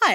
Hi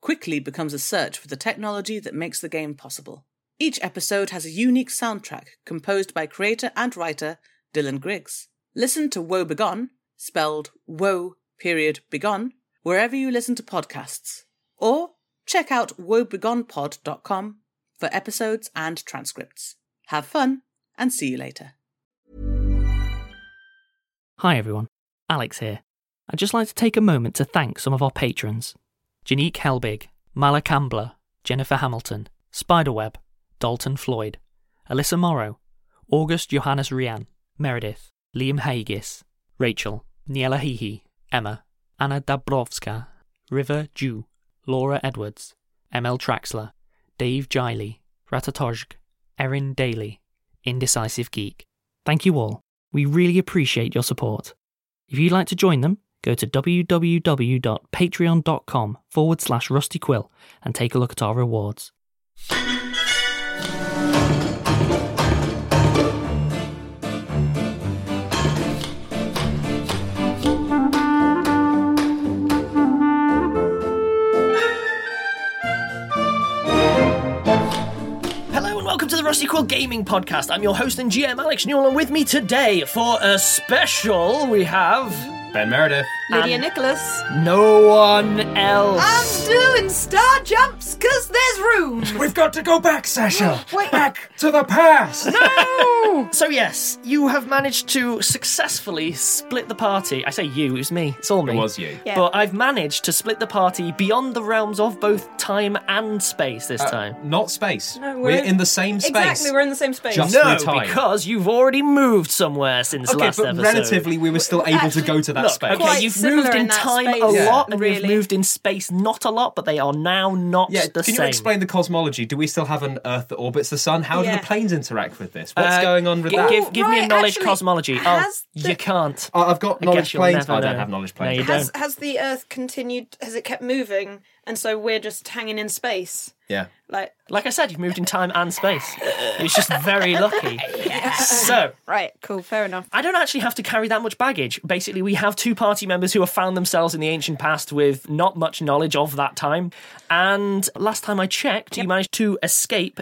quickly becomes a search for the technology that makes the game possible. Each episode has a unique soundtrack composed by creator and writer Dylan Griggs. Listen to Woe Begone, spelled Woe period Begone, wherever you listen to podcasts, or check out woebegonepod.com for episodes and transcripts. Have fun and see you later. Hi everyone, Alex here. I'd just like to take a moment to thank some of our patrons Janique Helbig, Mala Ambler, Jennifer Hamilton, Spiderweb, Dalton Floyd, Alyssa Morrow, August Johannes Rian, Meredith, Liam Hagis, Rachel, Niela Hehe, Emma, Anna Dabrowska, River Jew, Laura Edwards, ML Traxler, Dave Giley, Ratatozg, Erin Daly, Indecisive Geek. Thank you all. We really appreciate your support. If you'd like to join them, go to www.patreon.com forward slash rusty quill and take a look at our rewards. Hello and welcome to the Rusty Quill Gaming Podcast. I'm your host and GM Alex Newell, and with me today for a special we have Ben Meredith. Lydia Nicholas. no one else. I'm doing star jumps because there's room. We've got to go back, Sasha. Wait. Back to the past. so yes, you have managed to successfully split the party. I say you, it was me. It's all me. It was you. Yeah. But I've managed to split the party beyond the realms of both time and space this time. Not space. No, we're, in the same space. Exactly, we're in the same space. Just- No, through time. because you've already moved somewhere since Okay, last but episode. relatively, we were still able to go to that Look, space. okay, Quite you've similar moved in, in that time space, a lot, and you've really. moved in space not a lot, but they are now not Yeah, the can same. you explain the cosmology? Do we still have an Earth that orbits the sun? How do Yeah. the planes interact with this? What's Uh, going on with gi- that? Give, give me a right, knowledge actually, cosmology. Oh, has you the- can't. Oh, I've got I knowledge guess you'll planes. never I don't know. have knowledge No, you planes. don't. has, has the Earth continued? Has it kept moving? And so we're just hanging in space. Yeah. Like Like I said, you've moved in time and space. It's just very lucky. So. right, cool, fair enough. I don't actually have to carry that much baggage. Basically, we have two party members who have found themselves in the ancient past with not much knowledge of that time. And last time I checked, you managed to escape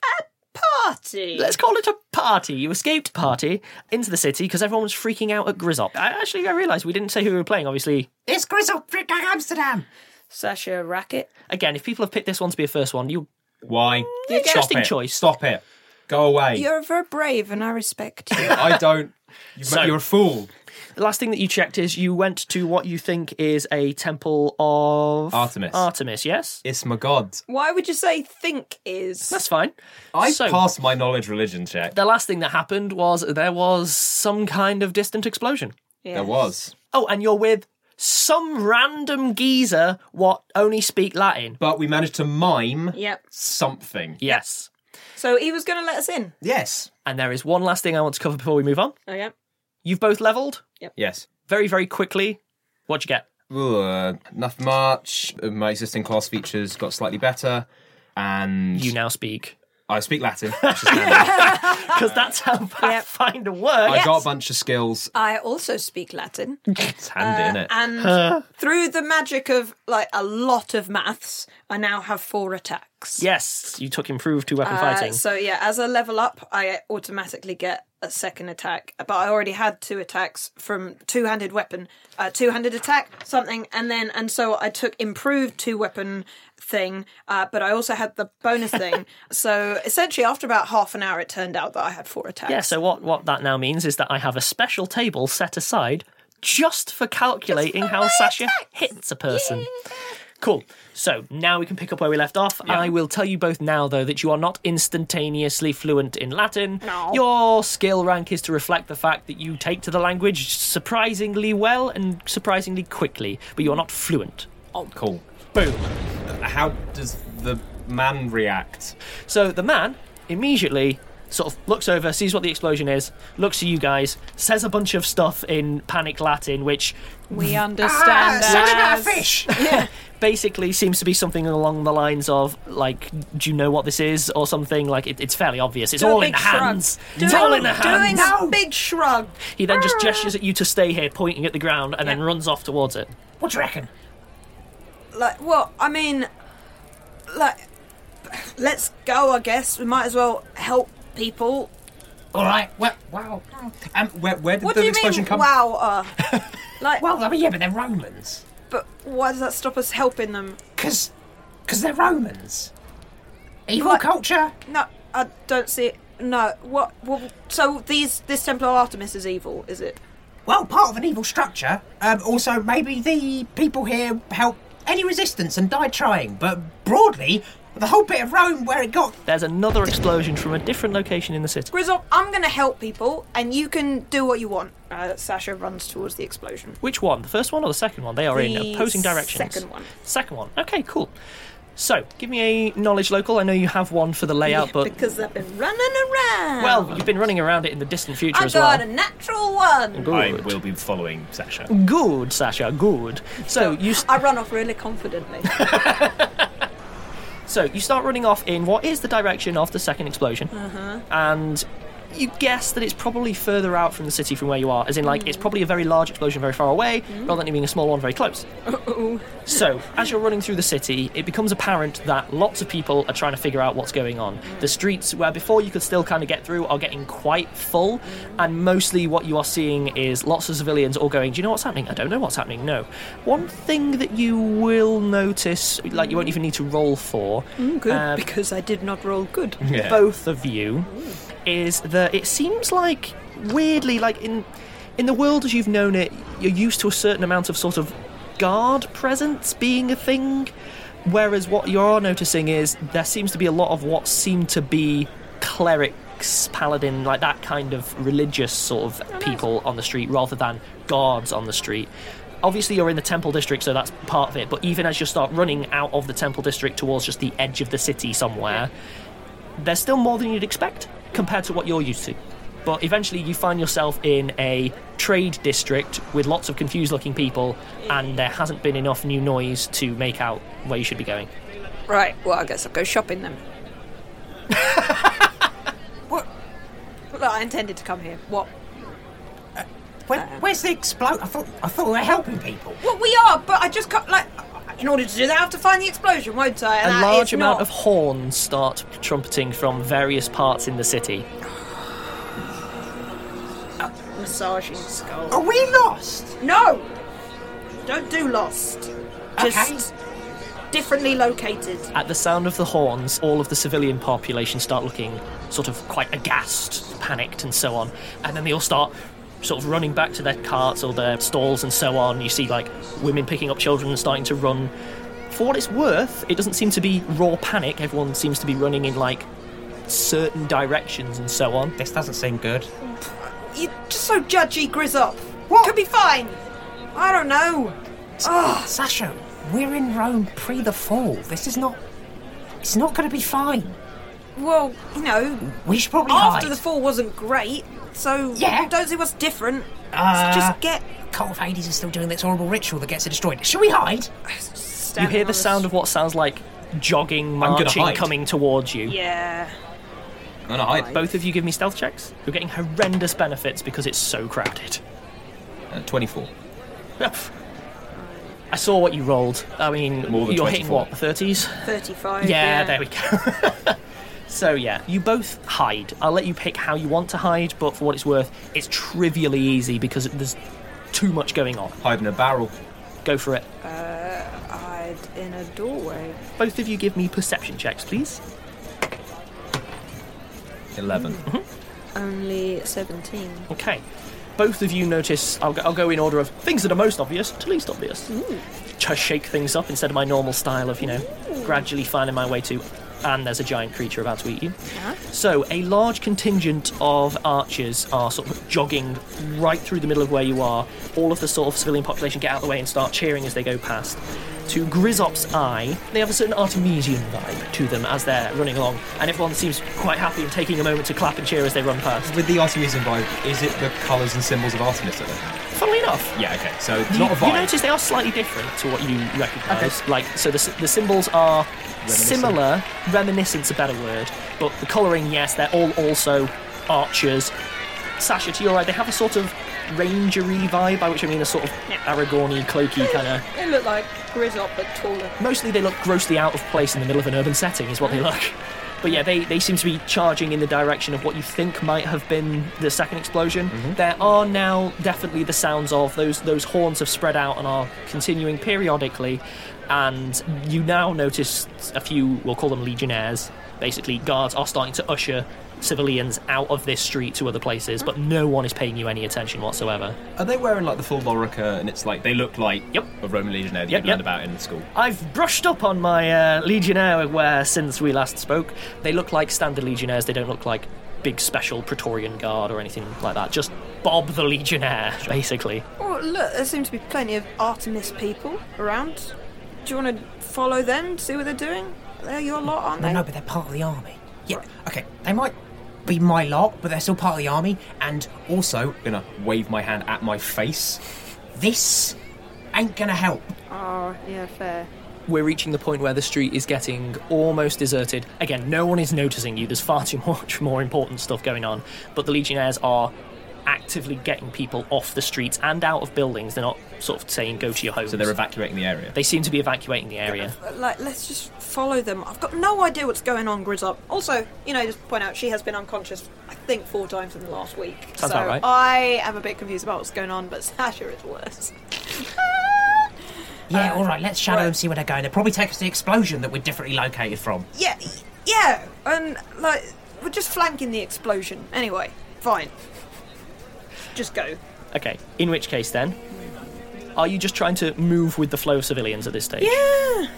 Party. let's call it a party. You escaped party into the city because everyone was freaking out at Grizzop. I actually I realised we didn't say who we were playing. Obviously, it's Grizzle freaking Amsterdam. Sasha Racket. again, if people have picked this one to be a first one, you Why? Mm, interesting Stop it. choice. Stop it. Go away. You're very brave, and I respect you. I don't. You, So- you're a fool. the last thing that you checked is you went to what you think is a temple of Artemis. Artemis, yes, It's my god. Why would you say think is? that's fine. I So- passed my knowledge religion check. The last thing that happened was there was some kind of distant explosion. Yeah. There was. Oh, and you're with some random geezer what only speak Latin. But we managed to mime Yep. something. Yes. So he was going to let us in. Yes. And there is one last thing I want to cover before we move on. Oh yeah. You've both leveled. Yes. very, very quickly. What'd you get? Ugh, nothing much. Uh, My existing class features got slightly better, and You now speak. I speak Latin. which is handy. Because that's how Pathfinder works. I got a bunch of skills. Uh, I also speak Latin. It's handy, isn't it? and through the magic of like a lot of maths, I now have four attacks. Yes, you took improved to weapon Uh, fighting. so yeah, as I level up, I automatically get a second attack. But I already had two attacks from two-handed weapon, uh, two-handed attack something, and then and so I took improved two-weapon thing. Uh, but I also had the bonus thing. So essentially, after about half an hour, it turned out that I had four attacks. yeah, so what, what that now means is that I have a special table set aside just for calculating how Sasha hits a person. Cool. So now we can pick up where we left off. I will tell you both now, though, that you are not instantaneously fluent in Latin. No. Your skill rank is to reflect the fact that you take to the language surprisingly well and surprisingly quickly, but you are not fluent. Cool. Boom. How does the man react? So the man immediately sort of looks over, sees what the explosion is, looks at you guys, says a bunch of stuff in panic Latin, which We understand Ah, son that. of a fish! basically seems to be something along the lines of like, "Do you know what this is?" or something. Like it, it's fairly obvious. It's Do a all in big the shrug. hands. Doing, it's all in the hands. doing a big shrug. He then just gestures at you to stay here, pointing at the ground, and then runs off towards it. What do you reckon? Like, well, I mean, like, let's go. I guess we might as well help people. All right. Well, Wow. Um, where, where did What the do you explosion mean? come Wow. Uh, like, well, I mean, yeah, but they're Romans. but why does that stop us helping them? Because, because they're Romans. Evil What? culture. No, I don't see it. No, what? Well, so these this Templar Artemis is evil, is it? Well, part of an evil structure. Um, also, maybe the people here helped any resistance and died trying. But broadly, the whole bit of Rome where it got There's another explosion from a different location in the city. Grizzle, I'm gonna help people, and you can do what you want. Uh, Sasha runs towards the explosion. Which one? The first one or the second one? They are The in opposing directions. second one. Second one. Okay, cool. So, give me a knowledge local. I know you have one for the layout, but because I've been running around. well, you've been running around it in the distant future I as well. got a natural one. Good. I will be following Sasha. Mm. Good, Sasha. Good. So you s- I run off really confidently. so you start running off in what is the direction of the second explosion, and you guess that it's probably further out from the city from where you are. As in, like it's probably a very large explosion very far away, rather than it being a small one very close. So, as you're running through the city, it becomes apparent that lots of people are trying to figure out what's going on. The streets, where before you could still kind of get through, are getting quite full, and mostly what you are seeing is lots of civilians all going, Do you know what's happening? I don't know what's happening, no. One thing that you will notice, like you won't even need to roll for, Mm, good, uh, because I did not roll good. Yeah. both of you is that it seems like weirdly like in in the world as you've known it you're used to a certain amount of sort of guard presence being a thing whereas what you're noticing is there seems to be a lot of what seem to be clerics paladin like that kind of religious sort of people on the street rather than guards on the street obviously you're in the temple district so that's part of it but even as you start running out of the temple district towards just the edge of the city somewhere there's still more than you'd expect compared to what you're used to. But eventually, you find yourself in a trade district with lots of confused looking people, and there hasn't been enough new noise to make out where you should be going. Right. Well, I guess I'll go shopping then. what? Look, I intended to come here. What? Where, where's the explode? I thought I thought we were helping people. Well, we are, but I just can't. Like, in order to do that, I have to find the explosion, won't I? And a that is large amount not- of horns start trumpeting from various parts in the city. massaging skull. Are we lost? No! Don't do lost. Just Just differently located. At the sound of the horns, all of the civilian population start looking sort of quite aghast, panicked, and so on. And then they all start sort of running back to their carts or their stalls and so on. You see, like, women picking up children and starting to run. For what it's worth, it doesn't seem to be raw panic. Everyone seems to be running in, like, certain directions and so on. This doesn't seem good. You're just so judgy, Grizzop. What? Could be fine. I don't know. Sasha, we're in Rome pre the fall. This is not. It's not going to be fine. Well, you know, We should probably after hide. the fall wasn't great, so Yeah. don't see what's different. Uh, so just get. Cult of Hades is still doing this horrible ritual that gets it destroyed. Should we hide? You hear the sound of what sounds like jogging, gonna marching, hide. coming towards you. Yeah. I'm gonna hide. Both of you give me stealth checks. You're getting horrendous benefits because it's so crowded. Uh, 24. I saw what you rolled. I mean, More than you're hitting 24. what, 30s? 35. Yeah, there we go. so, yeah, you both hide. I'll let you pick how you want to hide, but for what it's worth, it's trivially easy because there's too much going on. Hide in a barrel. Go for it. Hide in a doorway. Both of you give me perception checks, please. 11. Only 17. Okay. Both of you notice, I'll go, I'll go in order of things that are most obvious to least obvious. To shake things up instead of my normal style of, you know, gradually finding my way to. And there's a giant creature about to eat you. So, a large contingent of archers are sort of jogging right through the middle of where you are. All of the sort of civilian population get out of the way and start cheering as they go past. to Grizzop's eye, they have a certain Artemisian vibe to them as they're running along, and everyone seems quite happy and taking a moment to clap and cheer as they run past. With the Artemisian vibe, is it the colours and symbols of Artemis that are? Funnily enough, Yeah, okay. So You- not a You vibe. notice they are slightly different to what you recognise. Like, so the, s- the symbols are similar, reminiscent's a better word, but the colouring, yes, they're all also archers. Sasha, to your right, they have a sort of rangery vibe, by which I mean a sort of Aragorny, cloaky kind of. They look like Grizzop, but taller. Mostly they look grossly out of place in the middle of an urban setting, is what they look. But yeah, they, they seem to be charging in the direction of what you think might have been the second explosion. There are now definitely the sounds of those those horns have spread out and are continuing periodically, and you now notice a few we'll call them legionnaires. Basically, guards are starting to usher civilians out of this street to other places, but no one is paying you any attention whatsoever. Are they wearing like the full lorica and it's like they look like Yep. a Roman legionnaire that Yep, you learned yep. about in school? I've brushed up on my uh, Legionnaire wear since we last spoke. They look like standard Legionnaires, they don't look like big special Praetorian Guard or anything like that. Just Bob the Legionnaire, basically. Oh, look, there seem to be plenty of Artemis people around. Do you want to follow them, see what they're doing? They're your lot, aren't No, they? no, but they're part of the army. Yeah, okay, they might be my lot, but they're still part of the army. And also, I'm gonna wave my hand at my face. this ain't gonna help. Oh, yeah, fair. We're reaching the point where the street is getting almost deserted. Again, no one is noticing you. There's far too much more important stuff going on. But the Legionnaires are actively getting people off the streets and out of buildings. They're not sort of saying go to your homes. So they're evacuating the area. they seem to be evacuating the area. But, Like, let's just follow them. I've got no idea what's going on, Grizzop. Also, you know, just to point out she has been unconscious, I think, four times in the last week. Sounds so about right. I am a bit confused about what's going on, but Sasha is worse. Yeah, all Uh, right, let's shadow right. them, see where they're going. They'll probably take us to the explosion that we're differently located from. Yeah, yeah, and like we're just flanking the explosion. Anyway, fine. Just go. Okay, in which case then, are you just trying to move with the flow of civilians at this stage? Yeah. Oh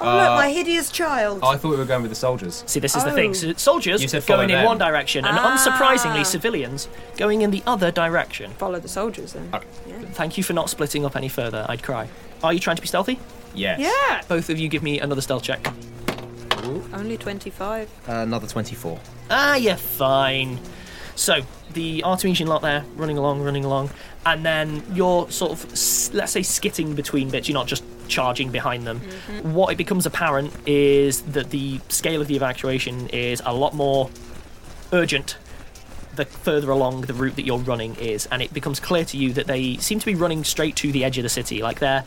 Uh, look, my hideous child. oh. I thought we were going with the soldiers. See, this is the Oh. Ah. thing. So soldiers You said follow going in them. one direction, and unsurprisingly, civilians going in the other direction. Follow the soldiers then. Thank you for not splitting up any further. I'd cry. Are you trying to be stealthy? Yes. Yeah. Both of you give me another stealth check. Only twenty-five. Uh, another 24. Ah, you're fine. So, the Artemisian lot there, running along, running along, and then you're sort of, s- let's say, skitting between bits, you're not just charging behind them. What it becomes apparent is that the scale of the evacuation is a lot more urgent the further along the route that you're running is, and it becomes clear to you that they seem to be running straight to the edge of the city, like they're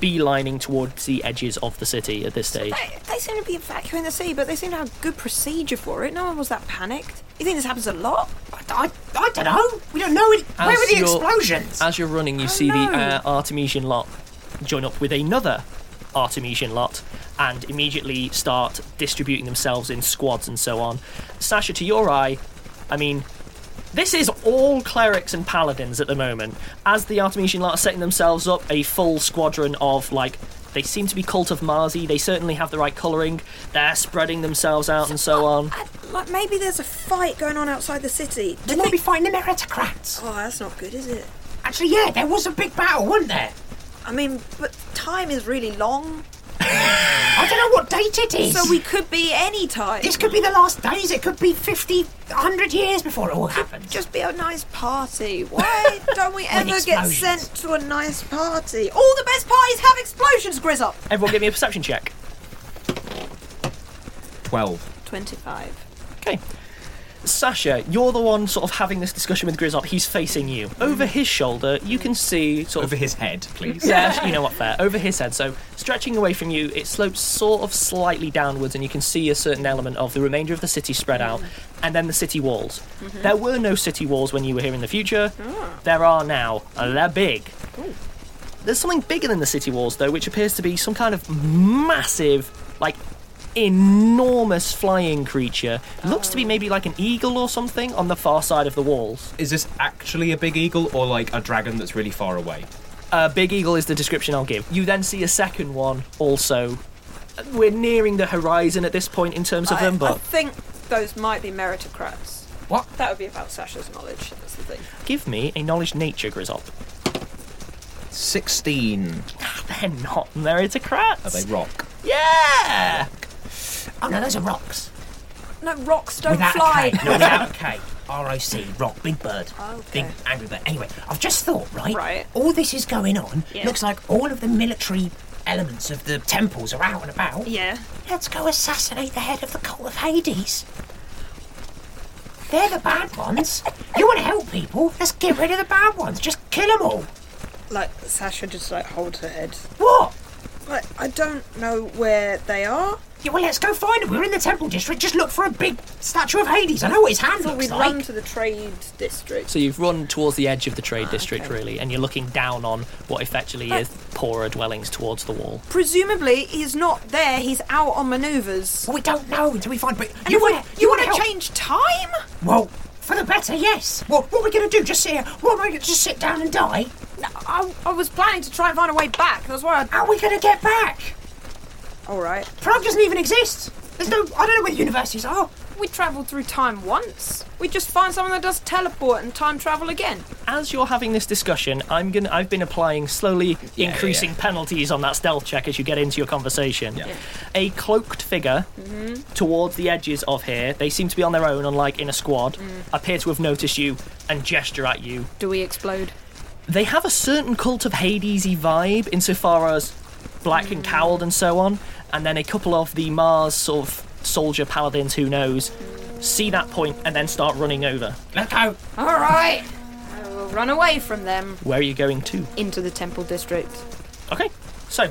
beelining towards the edges of the city at this stage. They, they seem to be evacuating the sea, but they seem to have good procedure for it. No one was that panicked. You think this happens a lot? I, I don't know. We don't know. Any, where As were the you're- explosions? Oh, As you're running, you see no. the uh, Artemisian lot join up with another Artemisian lot and immediately start distributing themselves in squads and so on. Sasha, to your eye, I mean, this is all clerics and paladins at the moment. As the Artemisian lot are setting themselves up, a full squadron of like. They seem to be cult of Marzi. They certainly have the right colouring. They're spreading themselves out and so on. I, like maybe there's a fight going on outside the city. they might be fighting the meritocrats. Oh, that's not good, is it? Actually, yeah, there was a big battle, wasn't there? I mean, but time is really long, I don't know what date it is. so we could be any time. This could be the last days. It could be 50, 100 years before it all happens. just be a nice party. Why don't we ever get explosions. sent to a nice party? All the best parties have explosions, Grizzop! Everyone, give me a perception check. 12. 25. Okay. Sasha, you're the one sort of having this discussion with Grizzop. He's facing you. Over his shoulder, you can see sort Over of. his head, please. Yeah, you know what, fair. Over his head. So, stretching away from you, it slopes sort of slightly downwards, and you can see a certain element of the remainder of the city spread out, and then the city walls. There were no city walls when you were here in the future. There are now, and they're big. There's something bigger than the city walls, though, which appears to be some kind of massive, like, enormous flying creature. Looks to be maybe like an eagle or something on the far side of the walls. Is this actually a big eagle or like a dragon that's really far away? Uh, big eagle is the description I'll give. You then see a second one also. We're nearing the horizon at this point in terms of I, them, I but think those might be meritocrats. What? That would be about Sasha's knowledge. That's the thing. give me a knowledge nature, Grizzop. 16. Ah, They're not meritocrats. Are they rock? Yeah. Oh no, those are rocks. No, rocks don't Without fly. a K. No, without a K. R-O-C, rock, big bird. Okay. Big angry bird. Anyway, I've just thought, right? Right. All this is going on. Yeah. Looks like all of the military elements of the temples are out and about. Yeah. Let's go assassinate the head of the cult of Hades. They're the bad ones. You want to help people? Let's get rid of the bad ones. Just kill them all. Like Sasha just like holds her head. What? Like I don't know where they are. Yeah, well, let's go find them. We're in the temple district. Just look for a big statue of Hades. I know what his hand Thought looks we'd like. run to the trade district. So you've run towards the edge of the trade district, really, and you're looking down on what effectively Ah. is poorer dwellings towards the wall. Presumably he's not there. He's out on manoeuvres. But we don't know until we find. But And you if we- want you want to help? change time? Well, for the better, yes. Well, what are we going to do? Just sit here? What are we going to just sit down and die? No, I, I was planning to try and find a way back. That's why. How are we going to get back? I... All right. Prague doesn't even exist. There's no. I don't know where the universities are. We travelled through time once. We just find someone that does teleport and time travel again. As you're having this discussion, I'm gonna. I've been applying slowly increasing yeah. penalties on that stealth check as you get into your conversation. A cloaked figure towards the edges of here. They seem to be on their own, unlike in a squad. Mm. Appear to have noticed you and gesture at you. Do we explode? they have a certain cult of Hadesy vibe insofar as black Mm. and cowled and so on, and then a couple of the Mars sort of soldier paladins who knows see that point and then start running over. Let go. All right. I will run away from them Where are you going to? into the temple district. Okay, so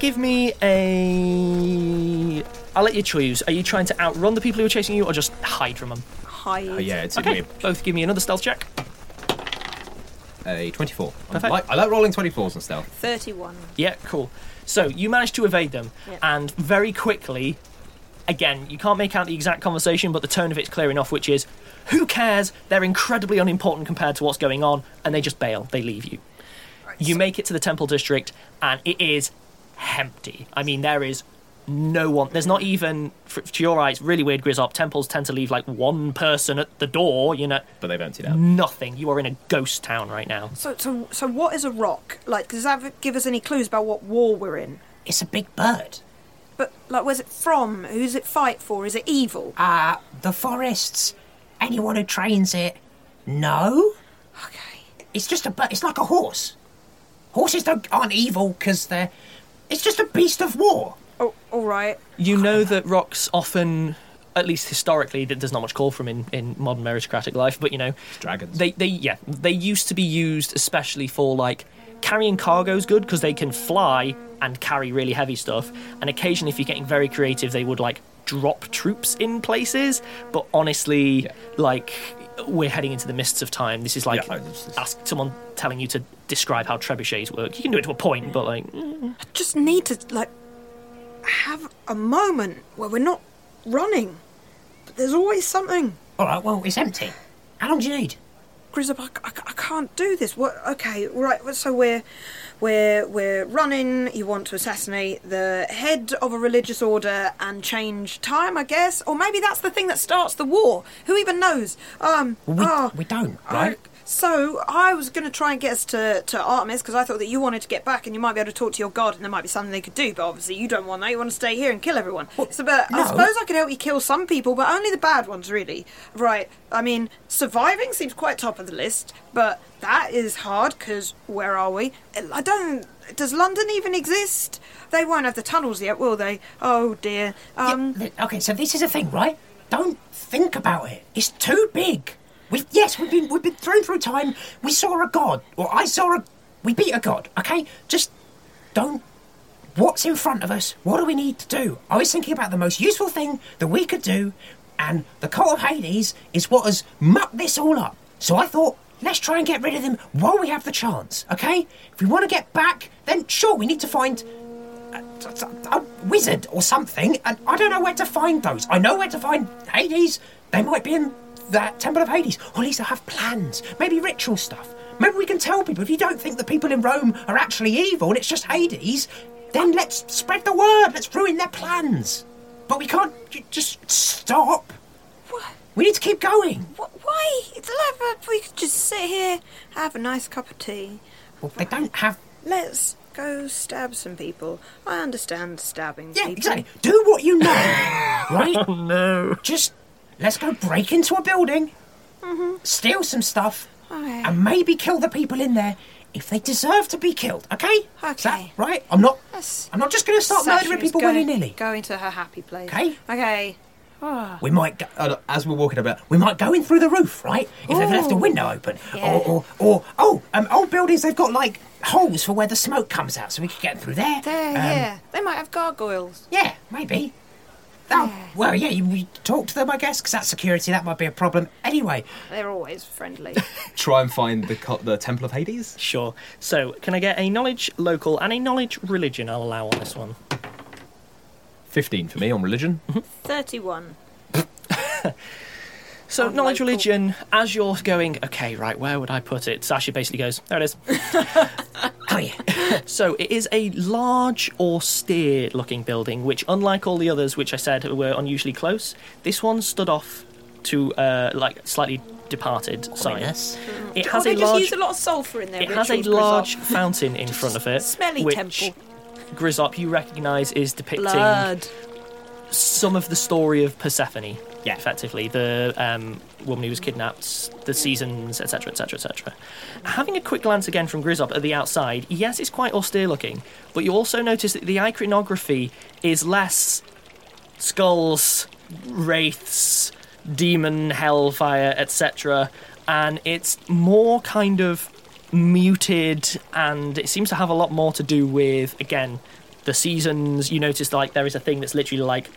give me a. I'll let you choose. Are you trying to outrun the people who are chasing you, or just hide from them? Hide. Oh, yeah, it's Okay, weird. both give me another stealth check. a 24. I Perfect. like- I like rolling 24s and stuff. Thirty-one. Yeah, cool. So you manage to evade them, Yeah. and very quickly, again, you can't make out the exact conversation, but the tone of it's clear enough, which is, who cares? They're incredibly unimportant compared to what's going on, and they just bail. They leave you. You make it to the temple district, and it is empty. I mean, there is no one. There's not even, f to your eyes, really weird, Grizzop. Temples tend to leave like one person at the door, you know. But they've emptied Mm. out. Nothing. You are in a ghost town right now. So, so, so, what is a rock? Like, does that give us any clues about what war we're in? It's a big bird. But, like, where's it from? Who's it fight for? Is it evil? Uh, the forests. Anyone who trains it. No. Okay. It's just a. bir- It's like a horse. Horses don't aren't evil because they're. It's just a beast of war. Oh, all right. You know that rocks often, at least historically, that there's not much call from in, in modern meritocratic life, but you know, Dragons. They they yeah they used to be used especially for like carrying cargo's good because they can fly and carry really heavy stuff, and occasionally if you're getting very creative, they would like drop troops in places. But honestly, like we're heading into the mists of time. This is like Yeah, I just- ask someone telling you to describe how trebuchets work. You can do it to a point, but like I just need to like have a moment where we're not running. But there's always something. All right. Well, it's empty. How long do you need? Grizzab, I, I, I can't do this. What? Okay, right. So we're we're we're running. You want to assassinate the head of a religious order and change time, I guess, or maybe that's the thing that starts the war. Who even knows? Um. Well, we, ah, we don't, I- right? so I was going to try and get us to, to Artemis because I thought that you wanted to get back and you might be able to talk to your god and there might be something they could do. But obviously you don't want that. You want to stay here and kill everyone. so, but I no. suppose I could help you kill some people, but only the bad ones, really. Right? I mean, surviving seems quite top of the list, but that is hard because where are we? I don't. Does London even exist? They won't have the tunnels yet, will they? Oh dear. Um, Th- Okay, so this is a thing, right? Don't think about it. It's too big. We yes, we've been we've been thrown through time. We saw a god, or I saw a. We beat a god. Okay, just don't. What's in front of us? What do we need to do? I was thinking about the most useful thing that we could do, and the cult of Hades is what has mucked this all up. So I thought, let's try and get rid of them while we have the chance. Okay, if we want to get back, then sure, we need to find a, a wizard or something, and I don't know where to find those. I know where to find Hades. They might be in that Temple of Hades, or at least I have plans, maybe ritual stuff. Maybe we can tell people if you don't think the people in Rome are actually evil and it's just Hades, then let's spread the word. Let's ruin their plans. But we can't j- just stop. We need to keep going. Wh- Why? It's allowed, but We could just sit here, have a nice cup of tea, Well, they don't have. Let's go stab some people. I understand stabbing Yeah, people. exactly. Do what you know, right? no. Just let's go break into a building, steal some stuff, Okay. and maybe kill the people in there if they deserve to be killed. Okay? Is that Okay. right? I'm not. Let's- I'm not just going to start Sasha murdering is people going- willy nilly. Going to her happy place. Okay. Okay. We might go, uh, as we're walking about. We might go in through the roof, right? If they've left a Ooh. window open, Yeah. or, or or oh, um, old buildings they've got like holes for where the smoke comes out, so we could get through there. There, Um, yeah. They might have gargoyles. Yeah, maybe. Oh, well, yeah, you, you talk to them, I guess, because that's security. That might be a problem. Anyway, They're always friendly. Try and find the co- the Temple of Hades. Sure. So, can I get a knowledge local and a knowledge religion? I'll allow on this one. Fifteen for me on religion. 31. So, On knowledge local. religion, as you're going, okay, right, where would I put it? Sasha basically goes, there it is. oh yeah, So it is a large, austere-looking building, which, unlike all the others, which I said were unusually close, this one stood off to uh, like slightly departed side. Ominous. It Oh, Or has they a just large. use a lot of sulfur in their It has a rituals, Grizzle. large fountain in front of it, smelly which temple. Grizzop you recognise is depicting blood. some of the story of Persephone. Yeah, effectively the um, woman who was kidnapped, the seasons, etc., etc., etc. Having a quick glance again from Grizzop at the outside, yes, it's quite austere looking, but you also notice that the iconography is less skulls, wraiths, demon, hellfire, etc., and it's more kind of muted, and it seems to have a lot more to do with again the seasons. You notice like there is a thing that's literally like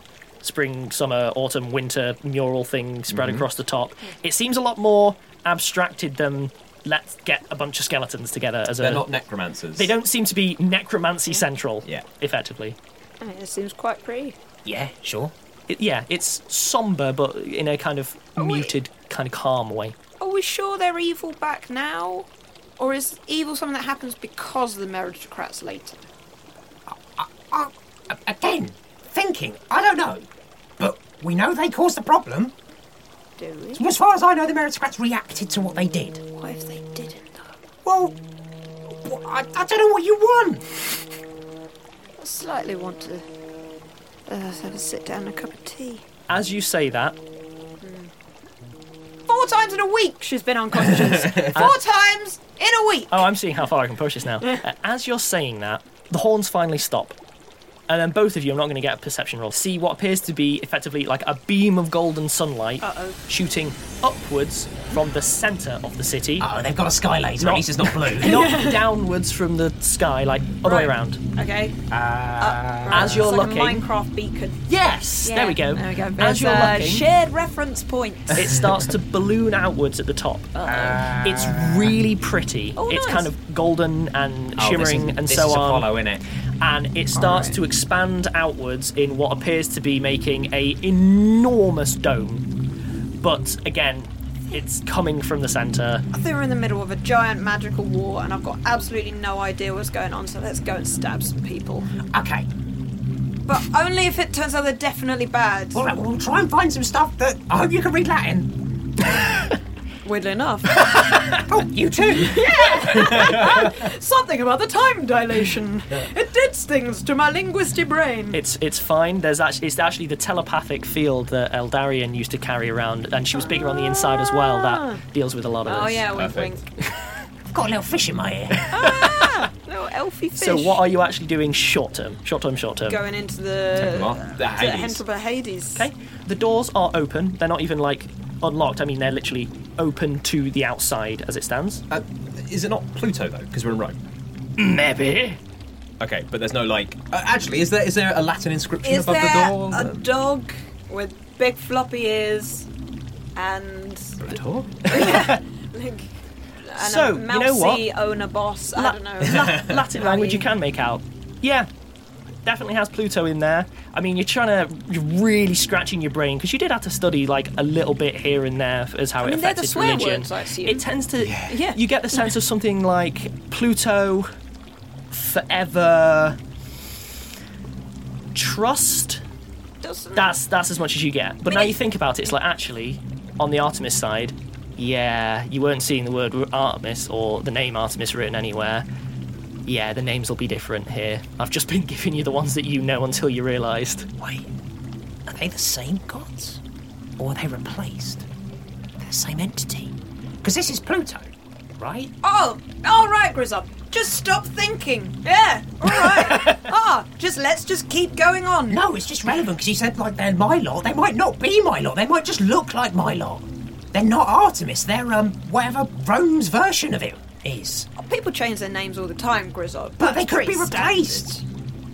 spring, summer, autumn, winter mural thing spread Mm-hmm. across the top. It seems a lot more abstracted than let's get a bunch of skeletons together as They're a. not necromancers. they don't seem to be necromancy central. Yeah. Effectively. I mean, it seems quite pretty. yeah, sure. It- yeah, it's somber, but in a kind of Oh, muted, kind of calm way. Are we sure they're evil back now? Or is evil something that happens because of the meritocrats later? Uh, a- again, thinking. I don't know, but we know they caused the problem. Do we? As far as I know, the meritocrats reacted to what they did. What if they didn't though? Well, wh- I, I don't know what you want. I slightly want to uh, have a sit down and a cup of tea. As you say that, Four times in a week she's been unconscious. Four times in a week. oh, I'm seeing how far I can push this now. Uh, As you're saying that, the horns finally stop. And then both of you, I'm not going to get a perception roll, see what appears to be effectively like a beam of golden sunlight shooting upwards from the centre of the city, Oh, they've got a sky laser. Not- At least it's not blue. not downwards from the sky, like other way Right. around. Okay. Uh, As you're it's like looking, a Minecraft beacon. yes, there we go. There we go. As There's, you're uh, looking, Shared reference points. it starts to balloon outwards at the top. Ah. It's really pretty. Oh, it's nice. kind of golden and Oh, this is- shimmering and this so is on. Apollo, innit? And it starts to expand outwards in what appears to be making a enormous dome. But again, it's coming from the centre. I think we're in the middle of a giant magical war, and I've got absolutely no idea what's going on. So let's go and stab some people, okay. but only if it turns out they're definitely bad. All right. Well, we'll try and find some stuff that I hope you can read Latin. Weirdly enough. Oh, you too. Something about the time dilation. It did things to my linguistic brain. It's it's fine. There's actually it's actually the telepathic field that Eldarian used to carry around, and she was bigger on the inside as well. That deals with a lot of Oh this. yeah, wink wink. Perfect. I've got a little fish in my ear. Little elfy fish. So what are you actually doing short term? Short term, short term. going into the Temple of Ar- the to the Hades. Temple of Hades? Okay. The doors are open. They're not even like unlocked. I mean, they're literally open to the outside as it stands. Uh, is it not Pluto though? Because we're in Rome. Maybe. Okay, but there's no like. Uh, actually, is there is there a Latin inscription Is above the there door? a dog with big floppy ears and A door? like, and So, a you know what? mousy owner boss? I don't know. La- Latin language you can make out. Yeah. Definitely has Pluto in there. I mean, you're trying to, you're really scratching your brain because you did have to study like a little bit here and there as how it mean, they're the affected swear religion. words, I assume. It tends to, Yeah. you get the sense of something like Pluto, forever, trust. Doesn't- That's that's as much as you get. But now you think about it, it's like actually, on the Artemis side, Yeah, you weren't seeing the word Artemis or the name Artemis written anywhere. Yeah, the names will be different here. I've just been giving you the ones that you know until you realised. Wait, are they the same gods? Or are they replaced? They're the same entity? Because this is Pluto, right? Oh, all right, Grizzop. Just stop thinking. Yeah, all right. Ah, just let's just keep going on. No, it's just relevant because you said, like, they're my lot. They might not be my lot. They might just look like my lot. They're not Artemis. They're, um, whatever Rome's version of it is. People change their names all the time, Grizzop. But they could be replaced.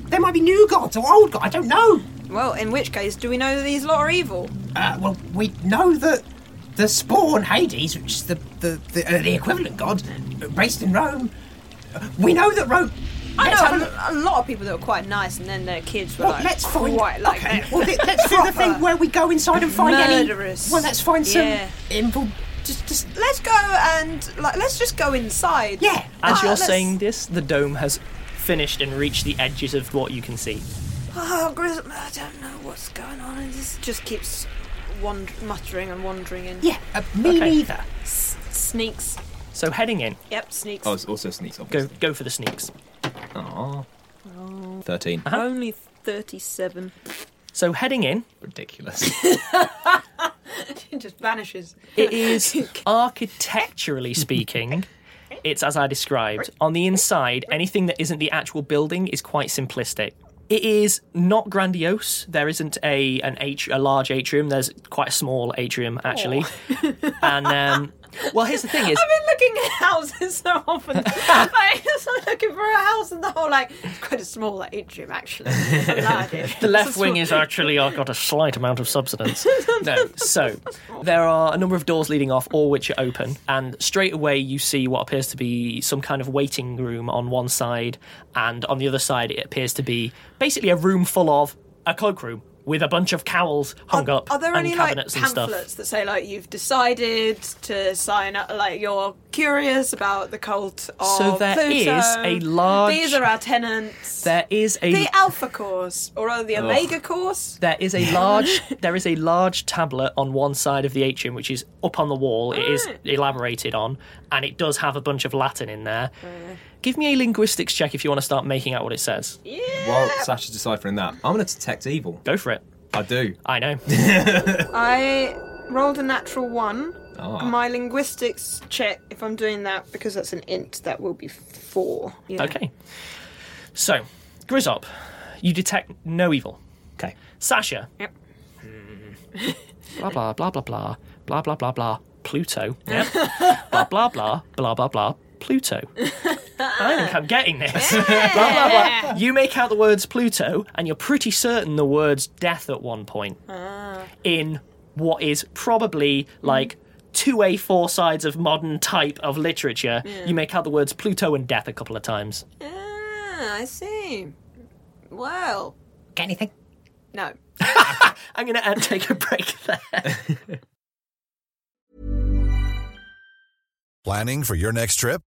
There might be new gods or old gods. I don't know. Well, in which case, do we know that these lot are evil? Uh, well, we know that the spawn Hades, which is the the the, uh, the equivalent god, uh, based in Rome. uh, We know that Rome. I Let's know have a, a look. a lot of people that were quite nice, and then their kids were Well, like let's find. quite like okay. that. Well, let- let's do the thing Proper where we go inside and find murderous. any. Well, let's find some Yeah. info. Just, just. Let's go and like, let's just go inside. Yeah. uh, As Ah, you're let's- saying this, the dome has finished and reached the edges of what you can see. Oh, Grizzop, I don't know what's going on. and This just keeps wand- muttering and wandering and Yeah. Uh, me Okay. neither. sneaks. So heading in, Yep, sneaks. Oh, it's also sneaks, go obviously. go for the sneaks. Aww. 13. Uh-huh. Only thirty-seven. So heading in, Ridiculous. It just vanishes. It is architecturally speaking, it's as I described. On the inside, anything that isn't the actual building is quite simplistic. It is not grandiose. There isn't a an at- a large atrium. There's quite a small atrium actually. and um, well, here's the thing: is I've been looking at houses so often. like, so I'm looking for a house, and the whole like it's quite a small atrium actually. I lied. the left wing is actually uh, got a slight amount of subsidence. no, so there are a number of doors leading off, all which are open, and straight away you see what appears to be some kind of waiting room on one side, and on the other side it appears to be basically a room full of a cloakroom with a bunch of cowls hung up Are there and any like cabinets pamphlets and stuff. that say like you've decided to sign up? Like you're curious about the cult of So there Pluto. is a large- These are our tenants. There is a the Alpha course, or rather the Omega course. There is a large there is a large tablet on one side of the atrium which is up on the wall. It is elaborated on and it does have a bunch of Latin in there. Give me a linguistics check if you want to start making out what it says. While Sasha's deciphering that, I'm going to detect evil. Go for it. I do. I know. I rolled a natural one. Ah. My linguistics check, if I'm doing that, because that's an int, that will be four. Yeah. Okay. So, Grizzop, you detect no evil. Okay. Sasha. Yep. blah blah blah blah blah blah blah blah blah Pluto. Yep. blah blah blah blah blah blah Pluto. I think I'm getting this. blah blah blah. You make out the words Pluto, and you're pretty certain the words death at one point in what is probably like. Two A4 sides of modern type of literature. You make out the words Pluto and death a couple of times. Ah, I see. Well, Get anything? no. I'm going to uh, take a break there. Planning for your next trip?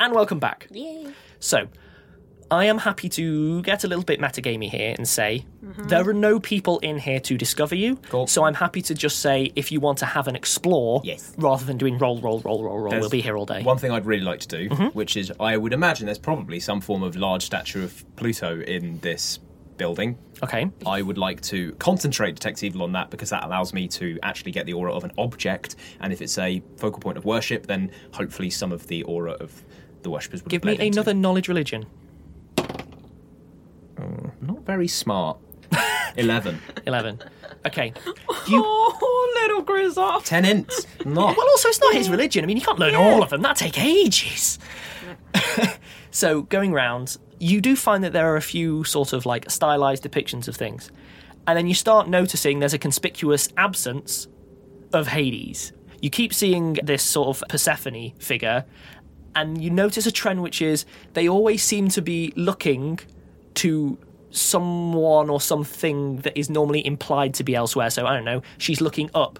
And welcome back. So, I am happy to get a little bit metagamey here and say there are no people in here to discover you. Cool. So I'm happy to just say if you want to have an explore, Yes. rather than doing roll, roll, roll, roll, roll, There's we'll be here all day. Mm-hmm. One thing I'd really like to do, which is I would imagine there's probably some form of large statue of Pluto in this building. Okay. I would like to concentrate Detect Evil on that because that allows me to actually get the aura of an object. And if it's a focal point of worship, then hopefully some of the aura of the worshippers would Give blend me into. another knowledge religion. Not very smart. 11. Eleven. Okay. Oh, little Grizzop. 10 ints. Not. Well, also, it's not his religion. I mean, you can't learn all of them. That take ages. so, going round, you do find that there are a few sort of like stylized depictions of things, and then you start noticing there's a conspicuous absence of Hades. You keep seeing this sort of Persephone figure, and you notice a trend which is they always seem to be looking to someone or something that is normally implied to be elsewhere. So I don't know, she's looking up.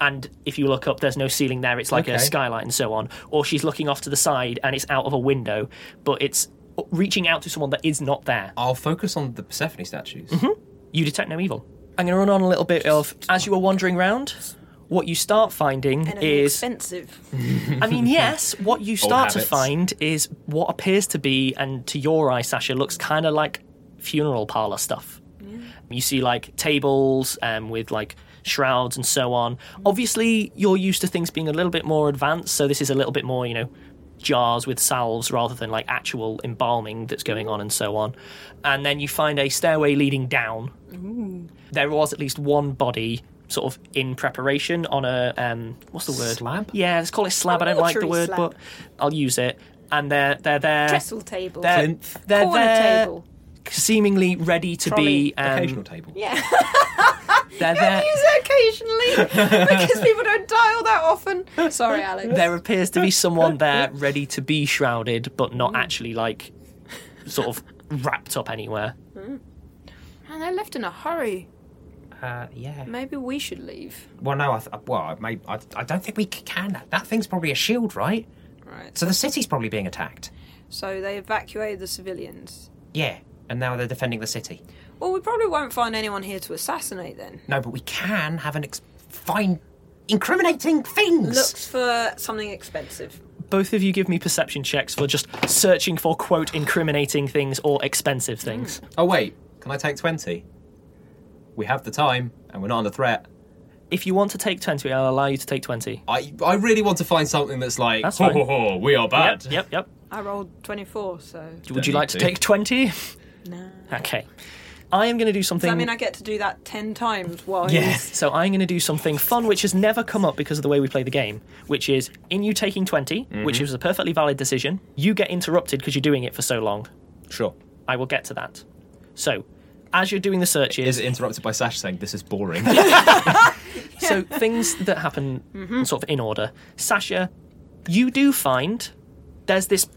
And if you look up, there's no ceiling there. It's like a Okay. skylight and so on. Or she's looking off to the side and it's out of a window, but it's reaching out to someone that is not there I'll focus on the Persephone statues. Mm-hmm. Um, you detect no evil. I'm going to run on a little bit of as you were wandering round. What you start finding And it's is, expensive. I mean, yes, what you start to habits. find is what appears to be, and to your eye, Sasha, looks kind of like funeral parlor stuff. You see like tables um, with like shrouds and so on. Obviously, you're used to things being a little bit more advanced, so this is a little bit more, you know, jars with salves rather than like actual embalming that's going on and so on. And then you find a stairway leading down. There was at least one body sort of in preparation on a um, what's the word Slab? Yeah, let's call it slab. I don't like the mortuary word, slab. but I'll use it. And they're they're there. Trestle table. They're, Plinth. they're Corner there, table. seemingly ready to be. Um, Occasional table. they're there. Use it occasionally because people don't dial that often. Sorry, Alex. There appears to be someone there ready to be shrouded, but not Mm. actually like sort of wrapped up anywhere. And I left in a hurry. Uh, yeah. Maybe we should leave. Well, no, I th- well, I, may, I, I don't think we c- can. That, that thing's probably a shield, right? Right. So the city's probably being attacked. So they evacuated the civilians. Yeah, and now they're defending the city. Well, we probably won't find anyone here to assassinate then. No, but we can have an ex- find incriminating things. Looks for something expensive. Both of you give me perception checks for just searching for quote incriminating things or expensive things. Mm. Oh wait, can I take twenty? We have the time, and we're not under threat. If you want to take twenty, I'll allow you to take twenty. I I really want to find something that's like, That's ho fine. ho ho, we are bad. Yep, yep, yep. I rolled 24, so. Would you need like to to. take twenty? No. Okay. I am going to do something. I mean, I get to do that 10 times while he's. So I'm going to do something fun, which has never come up because of the way we play the game, which is in you taking 20, which was a perfectly valid decision, you get interrupted because you're doing it for so long. Sure. I will get to that. So, as you're doing the Is searches, it interrupted by Sash saying this is boring? so things that happen sort of in order. Sasha, you do find there's this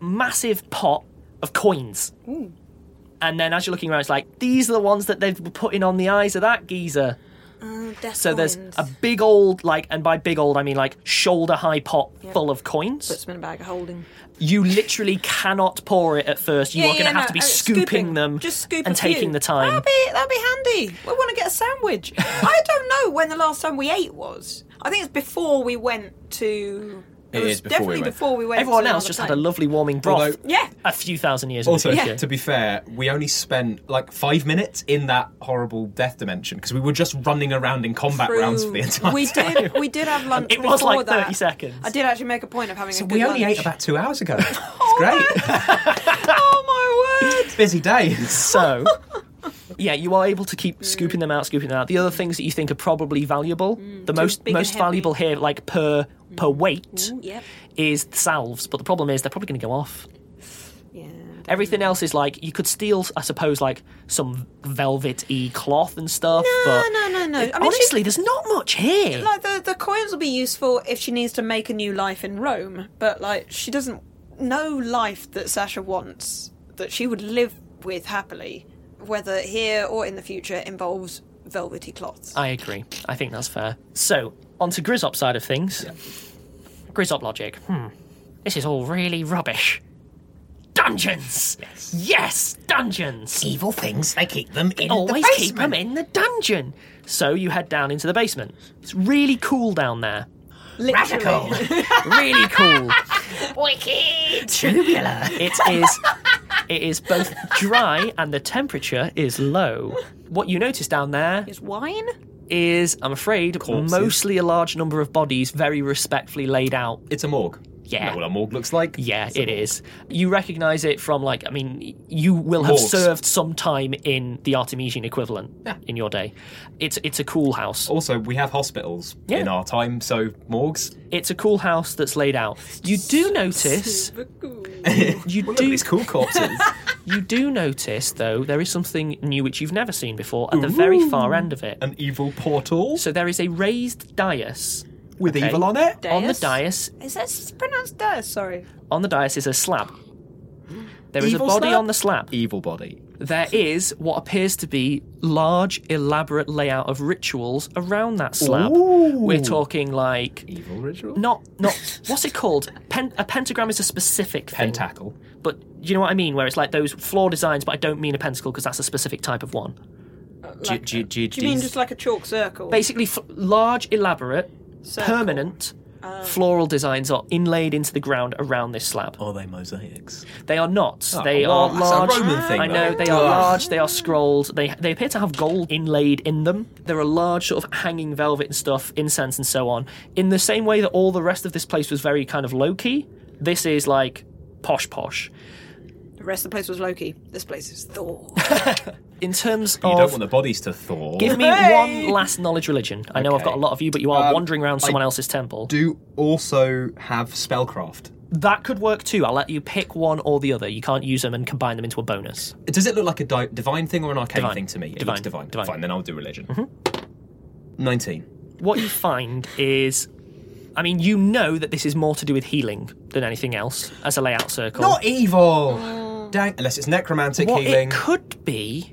massive pot of coins. And then as you're looking around, it's like, these are the ones that they've put in on the eyes of that geezer. So there's a big old like, and by big old I mean like shoulder high pot full of coins. Puts them in a bag of holding. You literally cannot pour it at first. You Yeah, are going to yeah, have no, to be uh, scooping, them Just scoop a and taking few. the time. That'll be, that'll be handy. We want to get a sandwich. I don't know when the last time we ate was. I think it's before we went to. It, It was is before we definitely went. before we went. Everyone to else another just place. had a lovely warming broth. Although- Yeah. A few thousand years also, in the to future. be fair, we only spent like five minutes in that horrible death dimension because we were just running around in combat rounds for the entire we time. did. We did have lunch. It was like before that. 30 seconds. I did actually make a point of having So a good we only lunch. ate about two hours ago. It's great. Oh my word! Busy day. So, yeah, you are able to keep Mm. scooping them out, scooping them out. The other things that you think are probably valuable, Mm. the most big and most heavy. valuable here, like per per Mm. weight, yep. is the salves. But the problem is they're probably going to go off. Yeah. Everything else is like you could steal, I suppose, like some velvet-y cloth and stuff. No, but no, no, no. I mean, she's- honestly, there's not much here. like the the coins will be useful if she needs to make a new life in Rome, but like she doesn't no life that Sasha wants that she would live with happily, whether here or in the future, involves velvety cloths. I agree. I think that's fair. So, onto Grizzop side of things. Grizzop logic. Hmm. This is all really rubbish. Dungeons. Yes, dungeons. Evil things. They keep them in Oh, Always the keep basement. them in the dungeon. So you head down into the basement. It's really cool down there. Radical. Really cool. Wicked! Tubular. It is it is both dry and the temperature is low. What you notice down there Is wine? is, I'm afraid, Corpses. mostly a large number of bodies very respectfully laid out. It's a morgue. Yeah. What a morgue looks like. Yeah, it is. You recognize it from like I mean, you will have Morgues. served some time in the Artemisian equivalent in your day. It's it's a cool house. Also, we have hospitals Yeah. in our time, so morgues. It's a cool house that's laid out. You do notice you Well, look at do these cool corpses. you do notice though there is something new which you've never seen before at the very far end of it. An evil portal So there is a raised dais. with okay. evil on it. On the Dais? dais Is that s- pronounced dais? Sorry. on the dais is a slab. There is Evil a body slab? on the slab. Evil body. there is what appears to be large, elaborate layout of rituals around that slab. We're talking like Evil ritual. not not what's it called? Pen, a pentagram is a specific thing, Pentacle. but you know what I mean. Where it's like those floor designs, but I don't mean a pentacle because that's a specific type of one. G- G- G- Uh, Do you mean just like a chalk circle? Basically, f- large, elaborate, permanent. Oh. Floral designs are inlaid into the ground around this slab. Are they mosaics? They are not. they well, are that's a large. Roman thing, I know though. they are Ugh. large. They are scrolled. They they appear to have gold inlaid in them. There are large sort of hanging velvet and stuff, incense and so on. In the same way that all the rest of this place was very kind of low key, this is like posh posh. The rest of the place was Loki. This place is Thor. In terms You of don't want the bodies to thaw. give me Hey! Um, one last knowledge religion. I know I've got a lot of you, but you are wandering around someone else's temple. Do also have spellcraft. That could work too. I'll let you pick one or the other. You can't use them and combine them into a bonus. Does it look like a di- divine thing or an arcane Divine. thing to me? It Divine. looks divine. Mm-hmm. Divine. Fine, then I'll do religion. 19. what you find is I mean, you know that this is more to do with healing than anything else as a layout circle. Not evil! Dang. Unless it's necromantic what healing. it could be,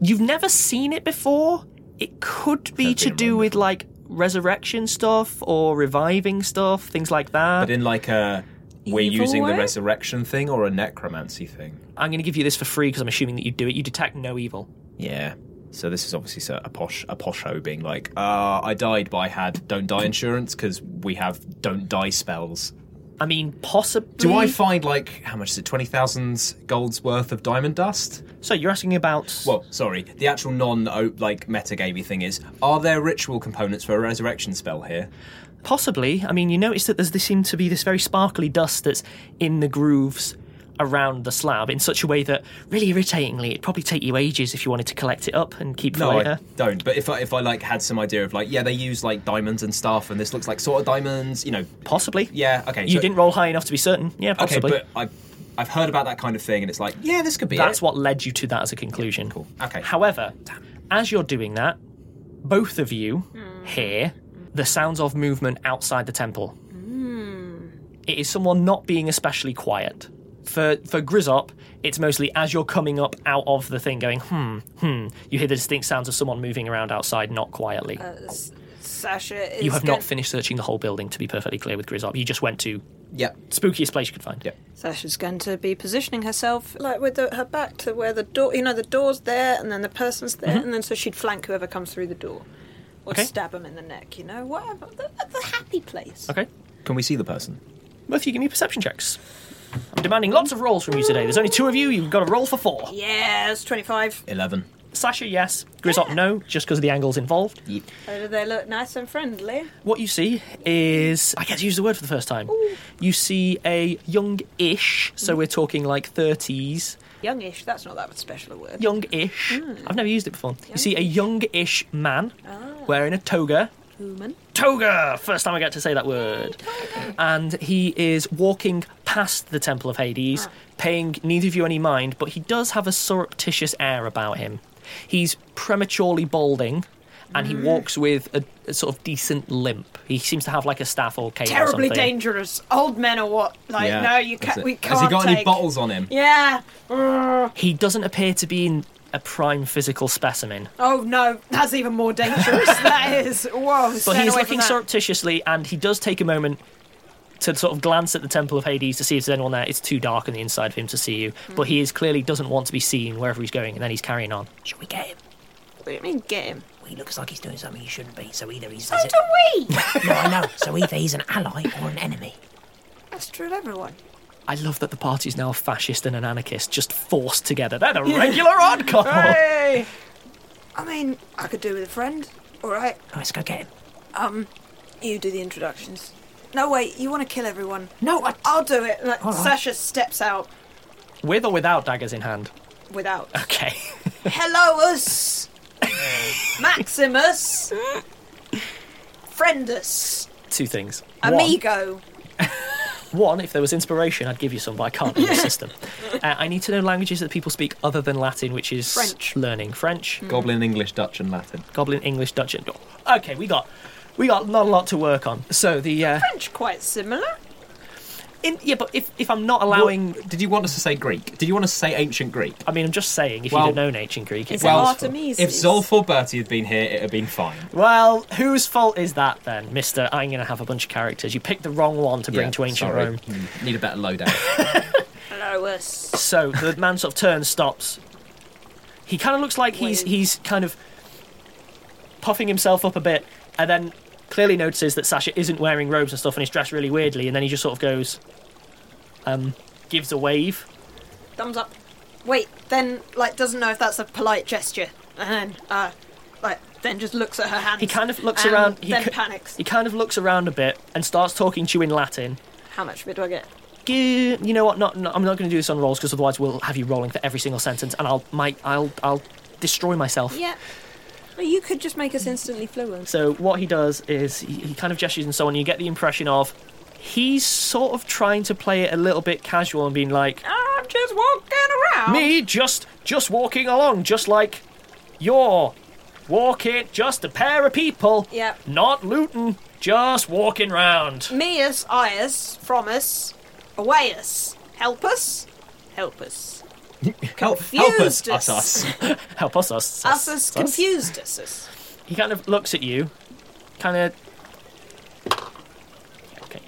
you've never seen it before. It could be Don't to be do with like resurrection stuff or reviving stuff, things like that. But in like a. We're Evil using way? the resurrection thing or a necromancy thing? I'm going to give you this for free because I'm assuming that you do it. You detect no evil. Yeah. So this is obviously so- a posh a posho being like, uh, I died, but I had don't die insurance because we have don't die spells. I mean, possibly. Do I find like how much is it? Twenty thousand golds worth of diamond dust? so you're asking about. Well, sorry, the actual non oh, like metagamey thing is: are there ritual components for a resurrection spell here? Possibly. I mean, you notice that there's, there seems to be this very sparkly dust that's in the grooves around the slab in such a way that, really irritatingly, it'd probably take you ages if you wanted to collect it up and keep for No, I later. don't. But if I, if I like had some idea of like, yeah, they use like diamonds and stuff, and this looks like sort of diamonds, you know? Possibly. Yeah, okay. You so- didn't roll high enough to be certain. Yeah, Okay, possibly. but I I've heard about that kind of thing, and it's like, yeah, this could be. That's it. what led you to that as a conclusion. cool. Okay. However, as you're doing that, both of you hear the sounds of movement outside the temple. It is someone not being especially quiet. For for Grizzop, it's mostly as you're coming up out of the thing, going hmm hmm. You hear the distinct sounds of someone moving around outside, not quietly. Sasha is. you have gonna- not finished searching the whole building, to be perfectly clear. With Grizzop, you just went to Yep. spookiest place you could find. Yep. Sasha's going to be positioning herself like with the, her back to where the door. You know, the door's there, and then the person's there, Mm-hmm. and then so she'd flank whoever comes through the door, or Okay. stab them in the neck. You know, whatever. The, the happy place. Okay. Can we see the person? Both of you give me perception checks. I'm demanding lots of rolls from you today. There's only two of you. You've got to roll for four. Yes, twenty-five. Eleven. Sasha, yes. Grizzop, no, just because of the angles involved. Oh, do they look nice and friendly? What you see is. I get to use the word for the first time. You see a young ish, so we're talking like 30s. Youngish. That's not that special a word. Young ish. I've never used it before. You see a young ish man wearing a toga. Human. Toga! First time I get to say that word. And he is walking past the Temple of Hades, paying neither of you any mind, but he does have a surreptitious air about him. He's prematurely balding, and he walks with a, a sort of decent limp. He seems to have like a staff or cane or Terribly something. dangerous. Old men or what? Like, no, you that's can't. it. We can't. Has he got take... any bottles on him? Yeah. He doesn't appear to be in a prime physical specimen, Oh no, that's even more dangerous. that is. Whoa. but staying he is away from looking that. surreptitiously, and he does take a moment to sort of glance at the Temple of Hades to see if there's anyone there. It's too dark on the inside for him to see you, but Hmm. he is clearly doesn't want to be seen wherever he's going, and then he's carrying on. Should we get him? What do you mean, get him? Well, he looks like he's doing something he shouldn't be, so either he's. So is do we. it- no, I know. So either he's an ally or an enemy. That's true of everyone. I love that the party's now a fascist and an anarchist just forced together. They're the regular odd couple. I mean, I could do with a friend. All right, All right, let's go get him. you do the introductions. No, wait, you want to kill everyone. No, I. I'll do it. Like, All right. Sasha steps out With or without daggers in hand? without. Okay. Hello, us! Maximus! Friend us! Two things. One, Amigo! One, if there was inspiration, I'd give you some, but I can't in the system. Uh, I need to know languages that people speak other than Latin, which is French. learning French, Goblin, English, Dutch, and Latin. Goblin, English, Dutch, and okay, we got we got not a lot to work on. So the uh, French quite similar. in, yeah, but if if I'm not allowing, Did you want us to say Greek? Did you want us to say ancient Greek? I mean, I'm just saying, if Well- you don't know ancient Greek, it's Is it Well, Artemis? If Zolfor Bertie had been here, it'd have been fine. Well, whose fault is that then, Mister? I'm going to have a bunch of characters. You picked the wrong one to bring Yeah, to ancient sorry. Rome. Mm, Need a better loadout. Hello, us. So the man sort of turns, stops. He kind of looks like he's Wait. he's kind of puffing himself up a bit, and then clearly notices that Sasha isn't wearing robes and stuff, and he's dressed really weirdly. And then he just sort of goes, um, gives a wave. Thumbs up. Wait, then, like, doesn't know if that's a polite gesture. And then, uh, like, then just looks at her hands. He kind of looks and around. He then ca- panics. He kind of looks around a bit and starts talking to you in Latin. How much of it do I get? Gi- You know what? Not, not I'm not going to do this on rolls because otherwise we'll have you rolling for every single sentence, and I'll my I'll I'll destroy myself. Yeah. Well, you could just make us instantly fluent. So what he does is he, he kind of gestures and so on. You get the impression of he's sort of trying to play it a little bit casual and being like, I'm just walking around. "Me just just walking along, just like you're walking, just a pair of people, Yep. not looting, just walking round." Me us, I us, from us, away us, help us, help us. help, help us, Confused us, us. us. Help us, us, Us us, confused us us. He kind of looks at you, kind of. Okay.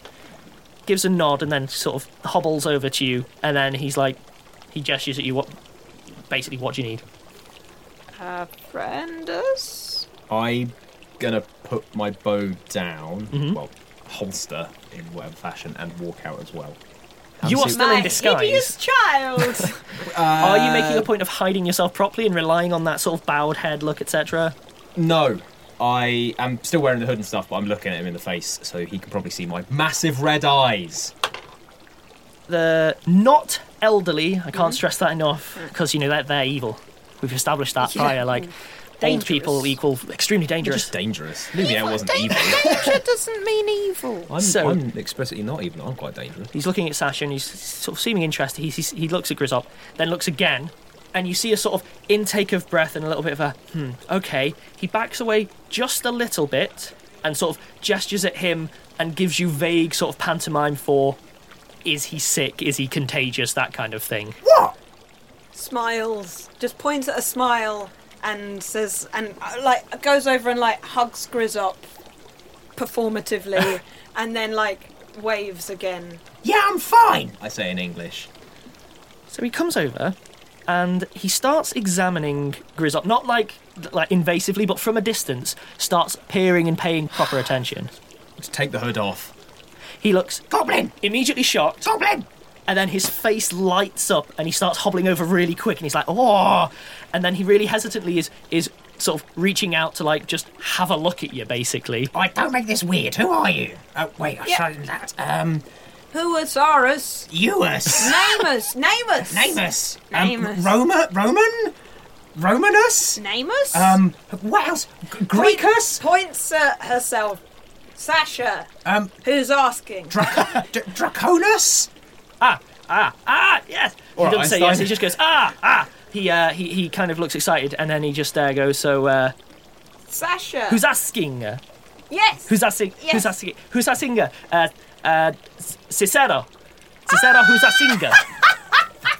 Gives a nod and then sort of hobbles over to you, and then he's like, he gestures at you what, basically what you need. Uh, friend us? I'm gonna put my bow down, Mm-hmm. well, holster in whatever fashion, and walk out as well. you are so- still My in disguise. hideous child! are you making a point of hiding yourself properly and relying on that sort of bowed head look, etc.? No, I am still wearing the hood and stuff, but I'm looking at him in the face, so he can probably see my massive red eyes. The not elderly, I can't stress that enough, because you know they're, they're evil. We've established that prior. Like, old Dangerous. people equal extremely dangerous. Just dangerous. Lumiere wasn't evil. Danger doesn't mean evil. I'm, So- I'm explicitly not evil. I'm quite dangerous. He's looking at Sasha and he's sort of seeming interested. He, he, he looks at Grizzop, then looks again, and you see a sort of intake of breath and a little bit of a, hmm, okay. He backs away just a little bit and sort of gestures at him and gives you vague sort of pantomime for, is he sick? Is he contagious? That kind of thing. Smiles. Just points at a smile and says, and uh, like, goes over and like hugs Grizzop performatively and then like waves again. Yeah, I'm fine. I say in English. So he comes over and he starts examining Grizzop, not like like invasively, but from a distance, starts peering and paying proper attention. Just take the hood off. He looks Goblin! immediately shocked. Goblin! and then his face lights up and he starts hobbling over really quick and he's like oh and then he really hesitantly is is sort of reaching out to like just have a look at you basically I don't make this weird. Who are you? Oh, wait, I showed him that. Um, Who us are us? Eus. Name us! Name us! Namus. Namus. Um, Roma, Roman? Romanus? Name us? Um, what else? G- Greekus? Points at herself. Sasha, Um, who's asking? Dra- D- Draconus? ah ah ah yes he right, doesn't say Einstein. yes he just goes ah ah he uh he, he kind of looks excited and then he just uh, goes so uh Sasha. who's asking Yes. who's asking who's Yes. asking who's asking uh uh C- Cicero Cicero who's asking I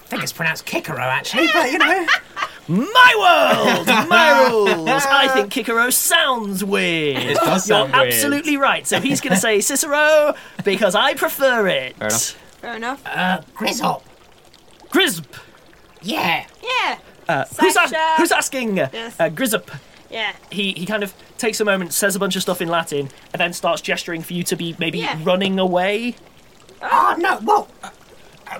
think it's pronounced Kikero, actually, but you know. My world, my rules. I think Kikero sounds weird. It does You're sound weird. absolutely right. So he's going to say Cicero because I prefer it. Fair enough. Fair enough. Grizzop. Grisp. Yeah. yeah. Who's, ask- Sasha. who's asking? Yes. Uh, Grisp. yeah. He, he kind of takes a moment, says a bunch of stuff in Latin, and then starts gesturing for you to be maybe Yeah. running away. Oh, no, whoa. Uh,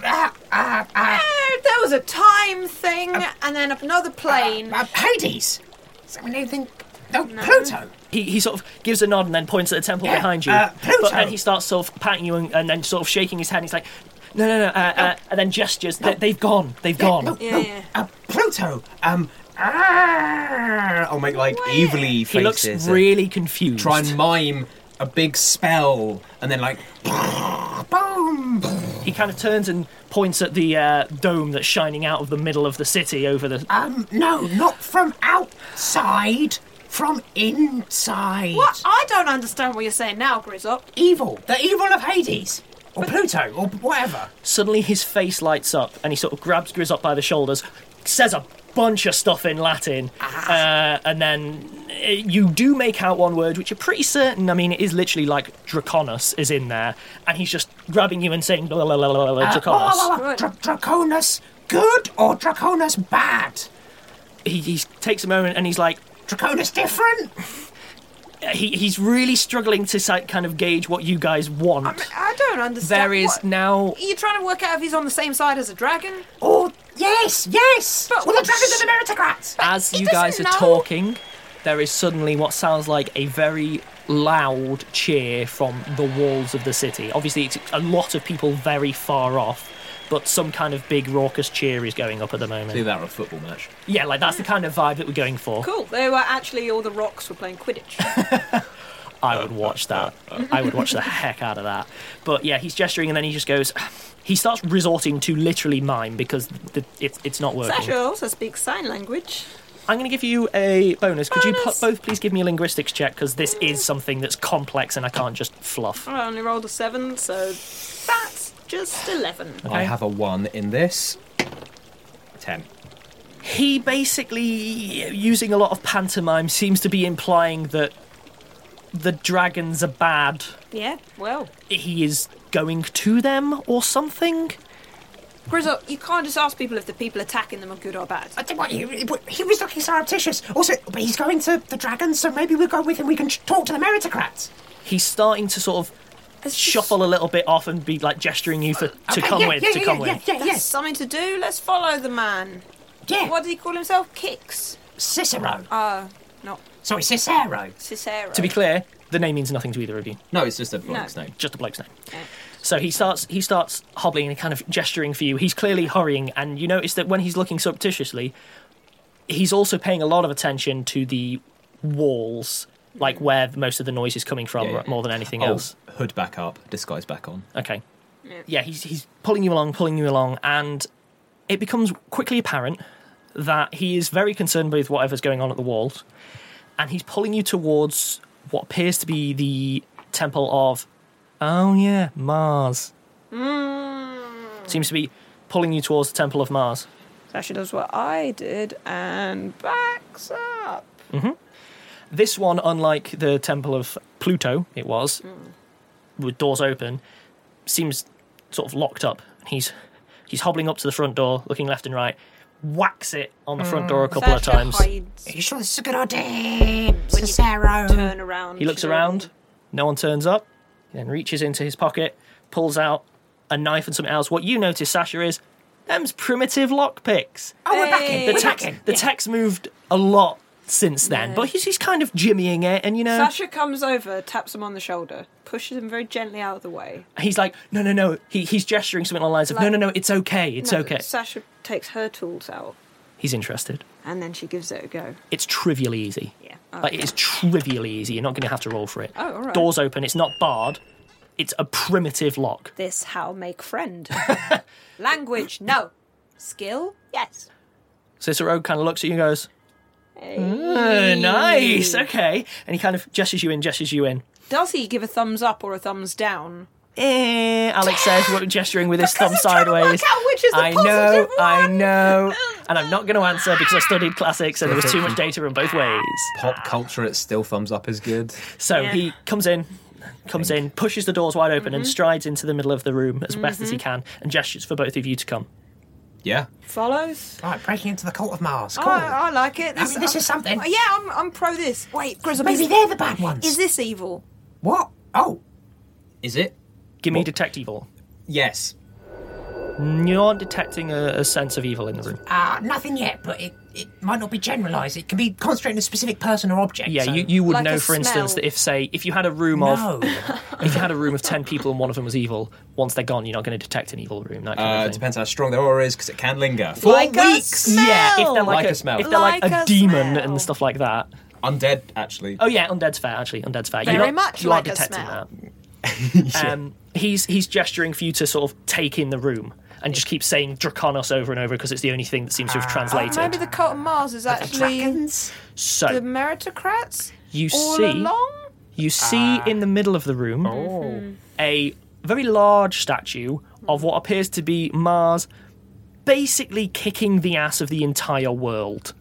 uh, uh, uh, Uh, There was a time thing, and then another plane. uh, Hades. Is uh, that anything? no, Pluto. he, he sort of gives a nod and then points at the temple Yeah, behind you. uh, Pluto. but then he starts sort of patting you and, and then sort of shaking his head. And he's like, no, no, no, uh, uh, and then gestures. Oh. They, they've gone. They've gone. No, Yeah, no. yeah. Uh, Pluto. Um. ah, I'll make like evilly he faces. looks and really confused. Try and mime a big spell, and then like boom. He kind of turns and points at the uh, dome that's shining out of the middle of the city over the. Um. No, not from outside. From inside. What? I don't understand what you're saying now, Grizzop. Evil. The evil of Hades. Oh, Or Pluto, or whatever. Suddenly his face lights up and he sort of grabs Grizz up by the shoulders, says a bunch of stuff in Latin, uh, and then uh, you do make out one word which you're pretty certain. I mean, it is literally like Draconis is in there, and he's just grabbing you and saying blah, blah, blah, blah, blah, Uh, Draconis. oh, oh, oh, Dra- Draconis good or Draconis bad? He, he takes a moment and he's like, Draconis different? he, he's really struggling to si- kind of gauge what you guys want. I don't understand. there is what- now You're trying to work out if he's on the same side as a dragon? Or yes, yes. But well, the what- dragons are the meritocrats. As He you guys are doesn't know. talking, there is suddenly what sounds like a very loud cheer from the walls of the city. Obviously, it's a lot of people very far off, but some kind of big raucous cheer is going up at the do moment. that at a football match. Yeah, like that's the kind of vibe that we're going for. Cool. They were actually all the rocks were playing Quidditch. I would watch that. I would watch the heck out of that. But yeah, he's gesturing and then he just goes. He starts resorting to literally mime because the, it, it's not working. Sasha also speaks sign language. I'm going to give you a bonus. Could you Bonus. po- both please give me a linguistics check because this is something that's complex and I can't just fluff. I only rolled a seven, so that's just eleven. I have a one in this. Ten. He basically, using a lot of pantomime, seems to be implying that the dragons are bad. Yeah. Well, He is going to them or something. Grizzop, you can't just ask people if the people attacking them are good or bad. I think what he, he was looking surreptitious. Also, but he's going to the dragons, so maybe we'll go with him. We can sh- talk to the meritocrats. He's starting to sort of It's just- shuffle a little bit off and be like gesturing you for to Okay, come yeah, with, yeah, to yeah, come yeah, with. Yeah, yeah, That's yes, something to do. Let's follow the man. yeah. What did he call himself? Kicks. Cicero. Oh, not Sorry, Cicero. Cicero. To be clear, the name means nothing to either of you. No, it's just a bloke's name. just a bloke's name. So he starts he starts hobbling and kind of gesturing for you. He's clearly hurrying, and you notice that when he's looking surreptitiously, he's also paying a lot of attention to the walls, like where most of the noise is coming from, Yeah, yeah. more than anything Oh, else. hood back up, disguise back on. Okay. Yeah. he's he's pulling you along, pulling you along, and it becomes quickly apparent that he is very concerned with whatever's going on at the walls, and he's pulling you towards what appears to be the temple of Oh yeah, Mars. Seems to be pulling you towards the temple of Mars. Sasha does what I did and backs up. This one, unlike the temple of Pluto, it was with doors open, seems sort of locked up. He's he's hobbling up to the front door, looking left and right, whacks it on the front door a couple Sasha of times. hides. Are you sure this is a good idea, When you Cicero? turn around. He looks she's around, no one turns up. He then reaches into his pocket, pulls out a knife and something else. What you notice, Sasha, is them's primitive lockpicks. Oh, we're back in. The We're back text in. the text moved a lot since then, but he's, he's kind of jimmying it, and you know Sasha comes over, taps him on the shoulder, pushes him very gently out of the way. he's like, no, no, no. He, he's gesturing something along the lines of, no, Like- no, no, it's okay, it's No, okay. Sasha takes her tools out He's interested. and then she gives it a go. It's trivially easy. Yeah. Like it is trivially easy. You're not going to have to roll for it. Oh, all right. Doors open. It's not barred. It's a primitive lock. This how make friend. Language, no. Skill, yes. Cicero kind of looks at you and goes, "Uh, "Nice, okay." And he kind of gestures you in, gestures you in. Does he give a thumbs up or a thumbs down? Eh, Alex says, what- gesturing with his Because thumb he's trying to work sideways. out which is the I know, positive I one." know, and I'm not going to answer because I studied classics and there was too much data in both ways. Pop culture, it's still thumbs up is good. So he comes in, comes in, pushes the doors wide open, Mm-hmm. and strides into the middle of the room as best as he can, and gestures for both of you to come. Yeah. Follows? Right, breaking into the cult of Oh, Mars. Cool. I, I like it. I mean, this is something. Yeah, I'm, I'm pro this. Wait, Grizzle, Maybe is, they're the bad ones. is this evil? What? Oh, Is it? Give me detect evil. Yes. You're detecting a, a sense of evil in the room. uh, nothing yet, but it, it might not be generalised. It can be concentrated on a specific person or object. Yeah, so- you, you would Like know, a for instance, smell. that if say if you had a room no. of if you had a room of ten people and one of them was evil, once they're gone, you're not going to detect an evil room. That kind of Uh, thing. depends how strong their aura is because it can linger. Four Like a smell. Yeah, if they're like, Like a, a smell. if they're like, Like a, a demon smell. and stuff like that. Undead, actually. Oh yeah, undead's fair. Actually, undead's fair. Very you're not, much you like are a detecting smell. that. um, he's he's gesturing for you to sort of take in the room and just keep saying Draconos over and over because it's the only thing that seems Ah. to have translated. Maybe the cult of Mars is actually the so meritocrats you all see along. you see Ah. in the middle of the room Oh. a very large statue of what appears to be Mars, basically kicking the ass of the entire world.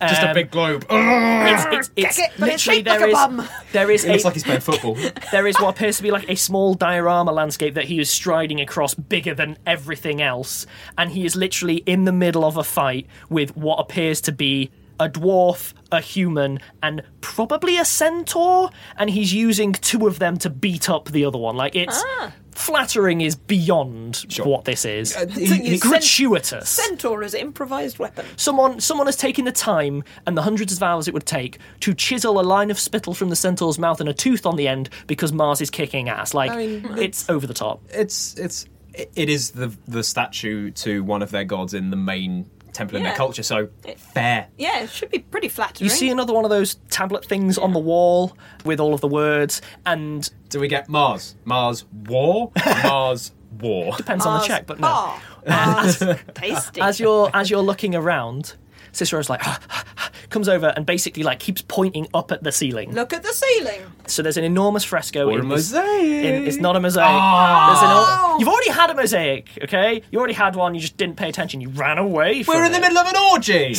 Just a Um, big globe. It's, it's, it's Ah, but it's literally shaped like there a is bum. there is It looks a- like he's playing football. there is what appears to be like a small diorama landscape that he is striding across bigger than everything else and he is literally in the middle of a fight with what appears to be a dwarf a human and probably a centaur and he's using two of them to beat up the other one like it's Ah. flattering is beyond what this is you said- gratuitous Centaur is an improvised weapon. Someone, someone has taken the time and the hundreds of hours it would take to chisel a line of spittle from the centaur's mouth and a tooth on the end because Mars is kicking ass. Like it's over the top. it's it's it is the the statue to one of their gods in the main temple in Yeah. their culture. So fair. Yeah, it should be pretty flattering. You see another one of those tablet things on the wall with all of the words, and Do we get Mars? Mars war? Mars war. depends on the check, but no. Bar. Bars. Tasty. as you're as you're looking around, Cicero's like comes over and basically like keeps pointing up at the ceiling. Look at the ceiling. So there's an enormous fresco. Or a in this- mosaic. Ah. in- it's not a mosaic. There's an el- You've already had a mosaic, okay? You already had one. You just didn't pay attention. You ran away. From We're in the it. middle of an orgy.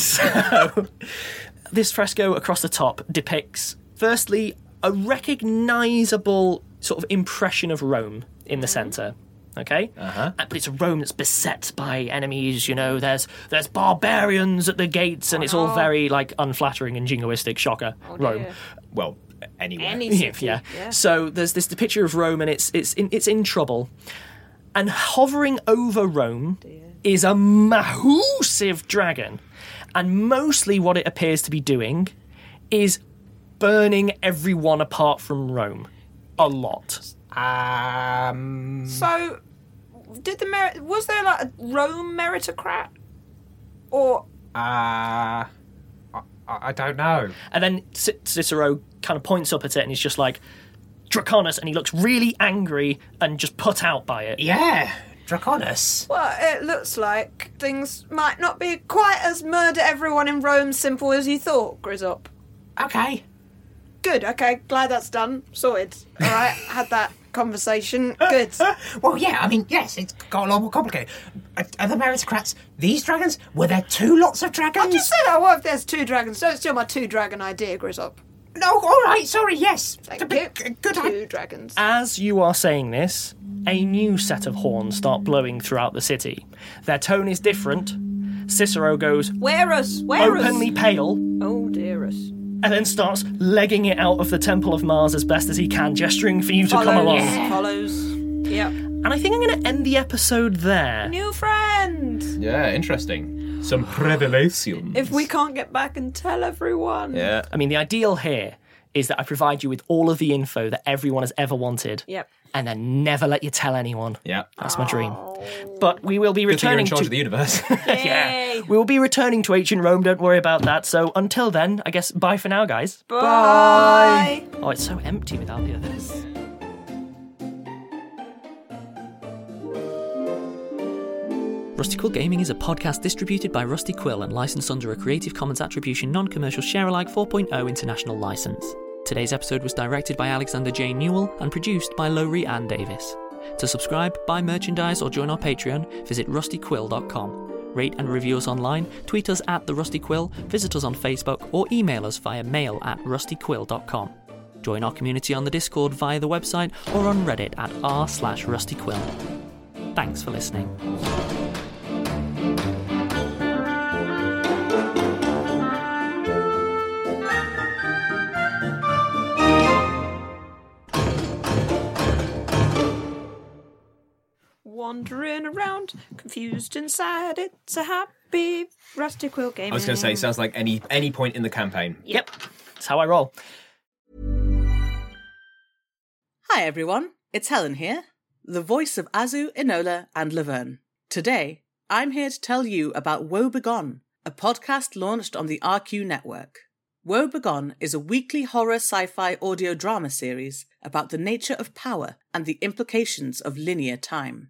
This fresco across the top depicts, firstly, a recognizable sort of impression of Rome in Mm-hmm. the center. Okay, uh-huh. but it's a Rome that's beset by enemies. You know, there's there's barbarians at the gates, and it's all Oh. very like unflattering and jingoistic. Shocker, Rome. dear. well, anyway. Any Yeah, city. yeah. So there's this picture of Rome, and it's it's in it's in trouble, and hovering over Rome is a massive dragon, and mostly what it appears to be doing is burning everyone apart from Rome, a lot. Um, So, did the merit? Was there like a Rome meritocrat, or uh, I, I don't know. And then C- Cicero kind of points up at it, and he's just like. Draconis, and he looks really angry and just put out by it. Yeah, Draconis. well, it looks like things might not be quite as murder everyone in Rome simple as you thought, Grizzop. Okay. Good. Okay. Glad that's done. Sorted. All right. had that conversation. Good. Well, yeah, I mean, yes, it's got a lot more complicated. Are, are the meritocrats these dragons? Were there two lots of dragons? I just said, oh, what if there's two dragons? Don't steal my two dragon idea, Grizzop. No, all right, sorry, yes. Thank But you. g- Good idea. two dragons. As you are saying this, a new set of horns start blowing throughout the city. Their tone is different. Cicero goes Where us? Where us? openly pale Oh, dearest. and then starts legging it out of the Temple of Mars as best as he can, gesturing for you to Follows. come along. Follows. Yep. And I think I'm going to end the episode there. New friend. Yeah, interesting. Some revelation. If we can't get back and tell everyone. Yeah. I mean, the ideal here is that I provide you with all of the info that everyone has ever wanted Yep. and then never let you tell anyone. Yeah. That's my dream. But we will be Good thing you're returning in charge to of the universe. Yeah. We will be returning to ancient Rome, don't worry about that. So until then, I guess bye for now, guys. Bye. Oh, it's so empty without the others. Rustical Gaming is a podcast distributed by Rusty Quill and licensed under a Creative Commons Attribution Non Commercial Sharealike 4.0 international license. Today's episode was directed by Alexander J. Newell and produced by Lowry Ann Davis. To subscribe, buy merchandise, or join our Patreon, visit rustyquill.com. Rate and review us online, tweet us at The Rusty Quill, visit us on Facebook, or email us via mail at rustyquill.com. Join our community on the Discord via the website or on Reddit at r slash rustyquill. Thanks for listening. One. wandering around, confused inside. It's a happy rusty quill game. I was going to say, sounds like any any point in the campaign. Yep. That's how I roll. Hi everyone, it's Helen here, the voice of Azu, Enola, and Laverne. Today, I'm here to tell you about Woe Begone, a podcast launched on the RQ network. Woe Begone is a weekly horror sci fi audio drama series about the nature of power and the implications of linear time.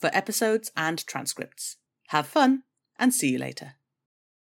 for episodes and transcripts. Have fun and see you later.